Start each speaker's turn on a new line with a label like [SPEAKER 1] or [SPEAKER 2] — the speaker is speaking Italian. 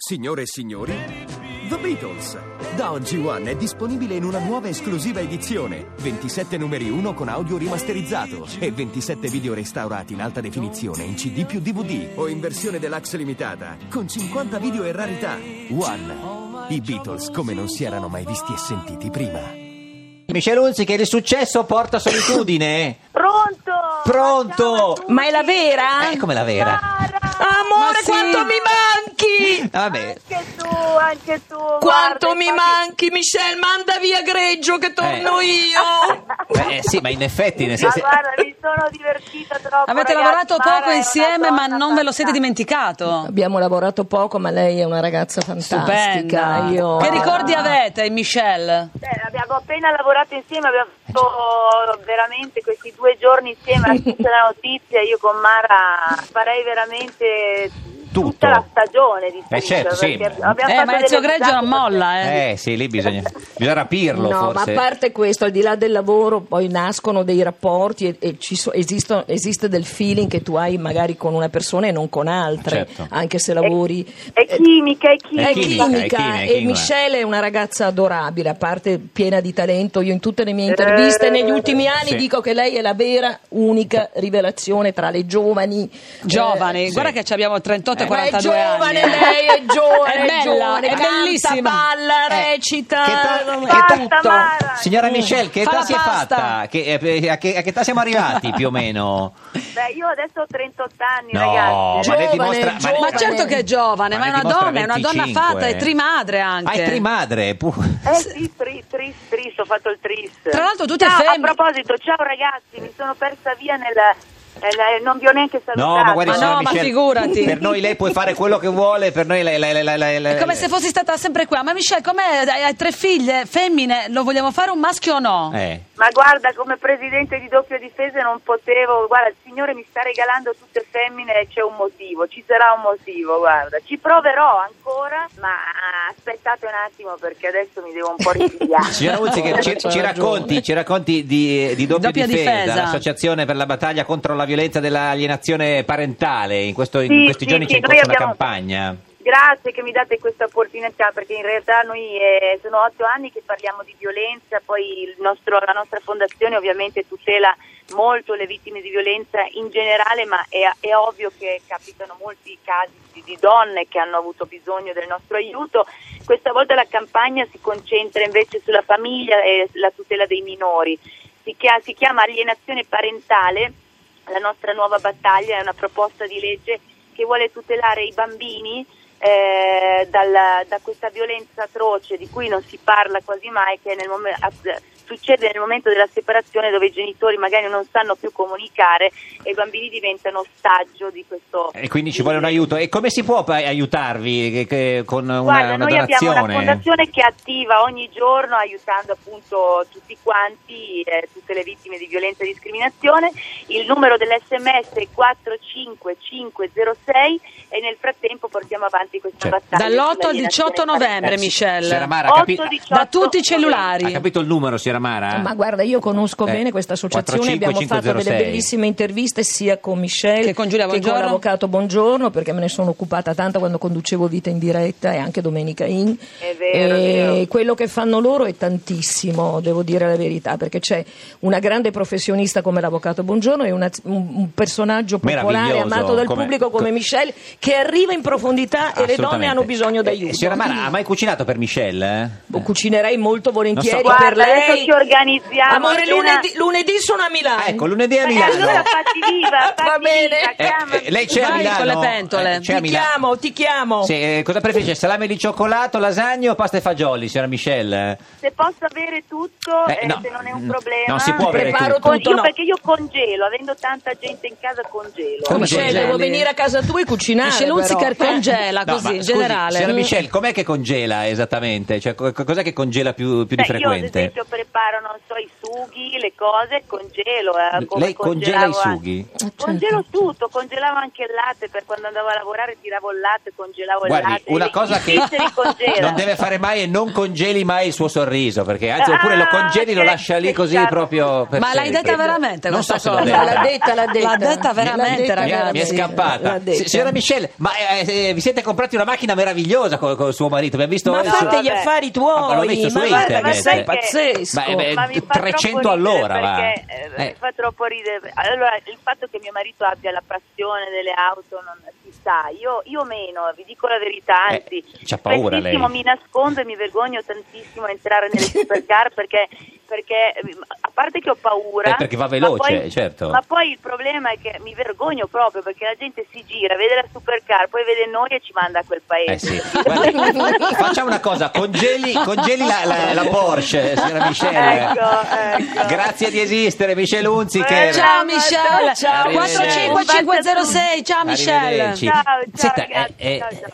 [SPEAKER 1] Signore e signori, The Beatles! Da oggi One è disponibile in una nuova esclusiva edizione. 27 numeri 1 con audio rimasterizzato e 27 video restaurati in alta definizione in CD più DVD o in versione deluxe limitata con 50 video e rarità. One. I Beatles come non si erano mai visti e sentiti prima.
[SPEAKER 2] Michelunzi che il successo porta solitudine.
[SPEAKER 3] Pronto?
[SPEAKER 2] Pronto?
[SPEAKER 4] Ma è la vera?
[SPEAKER 2] Eh, come la vera? Ma
[SPEAKER 4] Amore,
[SPEAKER 2] sì.
[SPEAKER 4] quanto mi manchi!
[SPEAKER 2] Ah, Vabbè.
[SPEAKER 3] Anche tu, anche tu.
[SPEAKER 4] Quanto mi
[SPEAKER 3] manca
[SPEAKER 4] manchi, Michelle, manda via Greggio che torno
[SPEAKER 2] Eh.
[SPEAKER 4] io!
[SPEAKER 2] Eh sì, ma in effetti, nel
[SPEAKER 3] Ma
[SPEAKER 2] senso...
[SPEAKER 3] guarda, mi sono divertita troppo. ragazzi,
[SPEAKER 5] Avete lavorato
[SPEAKER 3] Mara
[SPEAKER 5] poco
[SPEAKER 3] è una
[SPEAKER 5] insieme, ma
[SPEAKER 3] donna
[SPEAKER 5] non ve lo siete
[SPEAKER 3] fantastica.
[SPEAKER 5] dimenticato.
[SPEAKER 6] Abbiamo lavorato poco, ma lei è una ragazza fantastica.
[SPEAKER 5] Stupenda.
[SPEAKER 6] Io...
[SPEAKER 5] Che ricordi avete, Michelle?
[SPEAKER 3] Eh, abbiamo appena lavorato insieme, abbiamo fatto veramente questi due giorni insieme, la tutta la notizia, io con Mara farei veramente
[SPEAKER 2] Tutto.
[SPEAKER 3] tutta la stagione di
[SPEAKER 2] Eh, certo, sì.
[SPEAKER 3] perché abbiamo
[SPEAKER 5] Eh,
[SPEAKER 3] fatto
[SPEAKER 5] ma
[SPEAKER 3] delle
[SPEAKER 5] Ezio Greggio è una
[SPEAKER 3] risate
[SPEAKER 5] molla, eh.
[SPEAKER 2] Eh sì, lì bisogna, bisogna rapirlo
[SPEAKER 6] No,
[SPEAKER 2] forse.
[SPEAKER 6] ma a parte questo, al di là del lavoro, poi nascono dei rapporti e, e ci so- esistono- esiste del feeling che tu hai magari con una persona e non con altre,
[SPEAKER 2] Certo.
[SPEAKER 6] anche se
[SPEAKER 3] pazzesche.
[SPEAKER 6] lavori.
[SPEAKER 3] È, è chimica, è
[SPEAKER 2] È
[SPEAKER 6] È
[SPEAKER 3] chimica.
[SPEAKER 2] chimica,
[SPEAKER 6] chimica,
[SPEAKER 2] è chimica, è
[SPEAKER 6] e
[SPEAKER 2] chimica.
[SPEAKER 6] Michelle è una ragazza adorabile, a parte piena di talento. Io in tutte le mie interviste
[SPEAKER 3] Eh,
[SPEAKER 6] negli ultimi anni
[SPEAKER 2] sì.
[SPEAKER 6] dico che lei è la vera unica rivelazione tra le giovani.
[SPEAKER 5] Giovane,
[SPEAKER 2] sì.
[SPEAKER 5] guarda che abbiamo 38
[SPEAKER 2] Eh,
[SPEAKER 5] e
[SPEAKER 6] Ma è
[SPEAKER 5] 42
[SPEAKER 6] giovane
[SPEAKER 5] anni. Eh,
[SPEAKER 6] lei, è giovane,
[SPEAKER 5] È bella,
[SPEAKER 6] giovane,
[SPEAKER 5] è
[SPEAKER 6] canta,
[SPEAKER 5] bellissima.
[SPEAKER 6] balla,
[SPEAKER 2] Eh,
[SPEAKER 6] recita.
[SPEAKER 2] Che età-
[SPEAKER 3] Basta,
[SPEAKER 2] che tutto.
[SPEAKER 3] Mara.
[SPEAKER 2] Signora Michelle, che
[SPEAKER 5] Fa
[SPEAKER 2] età
[SPEAKER 5] la
[SPEAKER 2] si è
[SPEAKER 5] pasta.
[SPEAKER 2] fatta? Che- eh, a, che, a che età siamo arrivati più o meno?
[SPEAKER 3] Beh, io adesso ho 38 anni,
[SPEAKER 2] No,
[SPEAKER 3] ragazzi.
[SPEAKER 2] ma lei
[SPEAKER 6] Giovane,
[SPEAKER 2] dimostra... ma lei-
[SPEAKER 5] Ma certo che è giovane,
[SPEAKER 2] Ma ne
[SPEAKER 5] ma, è una
[SPEAKER 2] dimostra
[SPEAKER 5] donna, è una donna
[SPEAKER 2] 25,
[SPEAKER 5] fatta,
[SPEAKER 2] eh.
[SPEAKER 5] è trimadre
[SPEAKER 2] Ah,
[SPEAKER 5] anche.
[SPEAKER 2] è trimadre. pu-
[SPEAKER 3] Eh sì, tris, tris, tris, ho fatto il tris.
[SPEAKER 5] Tra l'altro tutte
[SPEAKER 3] ciao,
[SPEAKER 5] fem-
[SPEAKER 3] A proposito, ciao ragazzi, mi sono persa via nel... nel- eh, non vi ho neanche salutato.
[SPEAKER 2] No, ma guardi,
[SPEAKER 5] Ma
[SPEAKER 2] signora
[SPEAKER 5] no, ma
[SPEAKER 2] Michele,
[SPEAKER 5] figurati.
[SPEAKER 2] Per noi lei può fare quello che vuole, per noi lei... lei- lei- lei- lei-
[SPEAKER 5] È come
[SPEAKER 2] lei-
[SPEAKER 5] se fossi stata sempre qua. Ma Michelle, com'è? Hai hai tre figlie femmine, lo vogliamo fare un maschio o no?
[SPEAKER 2] Eh.
[SPEAKER 3] Ma guarda, come presidente di doppia difesa non potevo, guarda, il signore mi sta regalando tutte femmine e c'è un motivo, ci sarà un motivo, guarda. Ci proverò ancora, ma aspettate un attimo perché adesso mi devo un po' ripigliare.
[SPEAKER 2] Signora Uzzi, che ci,
[SPEAKER 6] C'ha
[SPEAKER 2] ci
[SPEAKER 6] ragione.
[SPEAKER 2] racconti, ci racconti di, di doppia,
[SPEAKER 5] Doppia
[SPEAKER 2] difesa,
[SPEAKER 5] difesa.
[SPEAKER 2] l'associazione per la battaglia contro la violenza dell'alienazione parentale. In, questo- in
[SPEAKER 3] Sì,
[SPEAKER 2] questi
[SPEAKER 3] sì,
[SPEAKER 2] giorni
[SPEAKER 3] sì,
[SPEAKER 2] c'è in
[SPEAKER 3] noi
[SPEAKER 2] corso una
[SPEAKER 3] abbiamo-
[SPEAKER 2] campagna.
[SPEAKER 3] Grazie che mi date questa opportunità perché in realtà noi eh, sono otto anni che parliamo di violenza, poi il nostro- la nostra fondazione ovviamente tutela molto le vittime di violenza in generale, ma è, è ovvio che capitano molti casi di, di donne che hanno avuto bisogno del nostro aiuto. Questa volta la campagna si concentra invece sulla famiglia e la tutela dei minori. Si chia- si chiama alienazione parentale, la nostra nuova battaglia è una proposta di legge che vuole tutelare i bambini eh, dalla- da questa violenza atroce di cui non si parla quasi mai, che nel mom- a- succede nel momento della separazione dove i genitori magari non sanno più comunicare e i bambini diventano ostaggio di questo.
[SPEAKER 2] E quindi ci vuole un aiuto. E come si può poi aiutarvi che- che- con una,
[SPEAKER 3] Guarda,
[SPEAKER 2] una
[SPEAKER 3] noi abbiamo una
[SPEAKER 2] donazione?
[SPEAKER 3] fondazione che è attiva ogni giorno aiutando appunto tutti quanti, eh, tutte le vittime di violenza e discriminazione. Il numero dell'SMS è 45506 e nel frattempo portiamo avanti questa
[SPEAKER 2] Certo.
[SPEAKER 3] battaglia.
[SPEAKER 5] Dall'8 al
[SPEAKER 3] sull'alienazione
[SPEAKER 5] 18 novembre,
[SPEAKER 2] Eh, signora
[SPEAKER 5] Michelle.
[SPEAKER 2] Mara, ha, capi-
[SPEAKER 3] 8, 18,
[SPEAKER 5] Da tutti i
[SPEAKER 2] ha
[SPEAKER 5] cellulari.
[SPEAKER 2] capito il numero, signora Mara?
[SPEAKER 6] Ma guarda, io conosco
[SPEAKER 2] Eh,
[SPEAKER 6] bene questa associazione, abbiamo fatto
[SPEAKER 2] 45506.
[SPEAKER 6] delle bellissime interviste sia con Michelle
[SPEAKER 5] Che con Giulia Buongiorno.
[SPEAKER 6] l'avvocato Buongiorno, perché me ne sono occupata tanto quando conducevo Vita in diretta e anche Domenica In.
[SPEAKER 3] È vero,
[SPEAKER 6] e
[SPEAKER 3] è vero.
[SPEAKER 6] quello che fanno loro è tantissimo, devo dire la verità, perché c'è una grande professionista come l'avvocato Buongiorno e una- un, un personaggio popolare
[SPEAKER 2] Meraviglioso,
[SPEAKER 6] amato dal
[SPEAKER 2] come-
[SPEAKER 6] pubblico come
[SPEAKER 2] co-
[SPEAKER 6] Michelle che arriva in profondità e le donne
[SPEAKER 2] Assolutamente.
[SPEAKER 6] hanno bisogno
[SPEAKER 2] Eh,
[SPEAKER 6] d'aiuto. Boh.
[SPEAKER 2] signora Mara, ha mai cucinato per Michelle? eh?
[SPEAKER 6] Cucinerei molto volentieri
[SPEAKER 2] Non so-
[SPEAKER 6] per
[SPEAKER 3] Guarda, adesso
[SPEAKER 6] lei.
[SPEAKER 3] ci organizziamo,
[SPEAKER 6] Amore,
[SPEAKER 3] cena.
[SPEAKER 6] lunedì, lunedì sono a Milano.
[SPEAKER 2] Ah, ecco, lunedì a
[SPEAKER 3] Eh,
[SPEAKER 2] Milano.
[SPEAKER 3] allora fatti viva, fatti
[SPEAKER 6] Va bene.
[SPEAKER 3] viva,
[SPEAKER 2] Eh,
[SPEAKER 3] chiamami.
[SPEAKER 2] eh, lei c'è a
[SPEAKER 5] Vai
[SPEAKER 2] Milano?
[SPEAKER 5] con le pentole.
[SPEAKER 2] Eh, c'è a
[SPEAKER 6] ti
[SPEAKER 2] Milano?
[SPEAKER 6] chiamo, ti chiamo.
[SPEAKER 2] Sì, eh, cosa preferisce? Salame di cioccolato, lasagne o pasta e fagioli, signora Michelle?
[SPEAKER 3] Se posso avere tutto,
[SPEAKER 2] Eh,
[SPEAKER 3] eh,
[SPEAKER 2] no,
[SPEAKER 3] se non è un
[SPEAKER 2] no,
[SPEAKER 3] problema.
[SPEAKER 2] non si può avere
[SPEAKER 6] Preparo
[SPEAKER 2] tutto.
[SPEAKER 3] Con-
[SPEAKER 6] tutto,
[SPEAKER 3] io
[SPEAKER 6] no.
[SPEAKER 3] perché io congelo, avendo tanta gente in casa congelo.
[SPEAKER 2] Come
[SPEAKER 6] Michelle,
[SPEAKER 2] congeli?
[SPEAKER 6] devo venire a casa tua e cucinare.
[SPEAKER 5] Michelle Unzi
[SPEAKER 6] però. Eh.
[SPEAKER 5] che congela
[SPEAKER 2] No,
[SPEAKER 5] così,
[SPEAKER 2] ma
[SPEAKER 5] in
[SPEAKER 2] scusi,
[SPEAKER 5] generale.
[SPEAKER 2] Signora
[SPEAKER 5] Mm.
[SPEAKER 2] Michelle, com'è che congela esattamente? Cioè, co- cos'è che congela più, più di
[SPEAKER 3] Beh, Io ad
[SPEAKER 2] frequente?
[SPEAKER 3] esempio preparo preparo, non so, i sughi, le cose, congelo. eh, come
[SPEAKER 2] Lei congela
[SPEAKER 3] congelavo
[SPEAKER 2] i
[SPEAKER 3] anche-
[SPEAKER 2] sughi?
[SPEAKER 6] Eh, certo.
[SPEAKER 3] Congelo tutto, congelavo anche il latte per quando andavo a lavorare, tiravo il latte, congelavo il
[SPEAKER 2] Guardi,
[SPEAKER 3] latte.
[SPEAKER 2] una
[SPEAKER 3] I
[SPEAKER 2] cosa che
[SPEAKER 3] fritteri congela.
[SPEAKER 2] non deve fare mai è non congeli mai il suo sorriso, perché anzi,
[SPEAKER 3] Ah, Esatto.
[SPEAKER 2] oppure lo congeli lo
[SPEAKER 3] che-
[SPEAKER 2] lascia lì
[SPEAKER 3] che
[SPEAKER 2] così
[SPEAKER 3] cazzo.
[SPEAKER 2] proprio per
[SPEAKER 5] Ma l'hai
[SPEAKER 2] sempre.
[SPEAKER 5] detta veramente
[SPEAKER 2] Non
[SPEAKER 5] questa
[SPEAKER 2] so se l'ho
[SPEAKER 5] cosa?
[SPEAKER 2] detta.
[SPEAKER 6] L'ha detta, l'ha detta.
[SPEAKER 5] L'ha detta veramente,
[SPEAKER 6] L'ha detta,
[SPEAKER 2] Mi è-
[SPEAKER 5] ragazzi.
[SPEAKER 2] mi è
[SPEAKER 6] l'ha
[SPEAKER 2] scappata.
[SPEAKER 6] detta.
[SPEAKER 2] Si- Signora Michele, ma eh, eh, vi siete comprati una macchina meravigliosa con, con suo marito? Abbiamo visto
[SPEAKER 7] Ma
[SPEAKER 2] il
[SPEAKER 7] fate
[SPEAKER 2] suo-
[SPEAKER 7] gli
[SPEAKER 3] vabbè.
[SPEAKER 7] affari
[SPEAKER 2] Ma l'ho
[SPEAKER 7] tuoi,
[SPEAKER 2] visto
[SPEAKER 7] ma
[SPEAKER 2] su
[SPEAKER 7] guarda, ma
[SPEAKER 2] internet.
[SPEAKER 7] sei
[SPEAKER 3] Ma-
[SPEAKER 7] pazzesco.
[SPEAKER 2] Ma- eh,
[SPEAKER 3] Ma mi fa
[SPEAKER 2] 300
[SPEAKER 3] troppo ridere
[SPEAKER 2] all'ora, va.
[SPEAKER 3] perché, eh,
[SPEAKER 2] Eh.
[SPEAKER 3] mi fa troppo ridere allora il fatto che mio marito abbia la passione delle auto non si sa io, io meno vi dico la verità
[SPEAKER 2] Eh,
[SPEAKER 3] anzi
[SPEAKER 2] c'ha paura
[SPEAKER 3] spessissimo
[SPEAKER 2] lei.
[SPEAKER 3] mi nascondo e mi vergogno tantissimo a entrare nelle supercar perché perché eh, a parte che ho paura
[SPEAKER 2] Eh, perché va
[SPEAKER 3] ma
[SPEAKER 2] veloce,
[SPEAKER 3] poi-
[SPEAKER 2] certo.
[SPEAKER 3] ma poi il problema è che mi vergogno proprio perché la gente si gira vede la supercar poi vede noi e ci manda a quel paese
[SPEAKER 2] Eh sì. Guarda, facciamo una cosa, congeli, congeli la, la- la Porsche, signora Michele.
[SPEAKER 3] Ecco, ecco.
[SPEAKER 2] Grazie di esistere, Michele Unzi.
[SPEAKER 3] Eh,
[SPEAKER 5] Ciao
[SPEAKER 3] Ciao,
[SPEAKER 5] Michelle,
[SPEAKER 3] ciao,
[SPEAKER 2] ciao.
[SPEAKER 5] 45506, ciao Michele.
[SPEAKER 2] Arrivederci.
[SPEAKER 3] Ciao, ciao,
[SPEAKER 2] Senta,
[SPEAKER 3] ragazzi,
[SPEAKER 2] eh, eh,
[SPEAKER 3] ciao, ciao.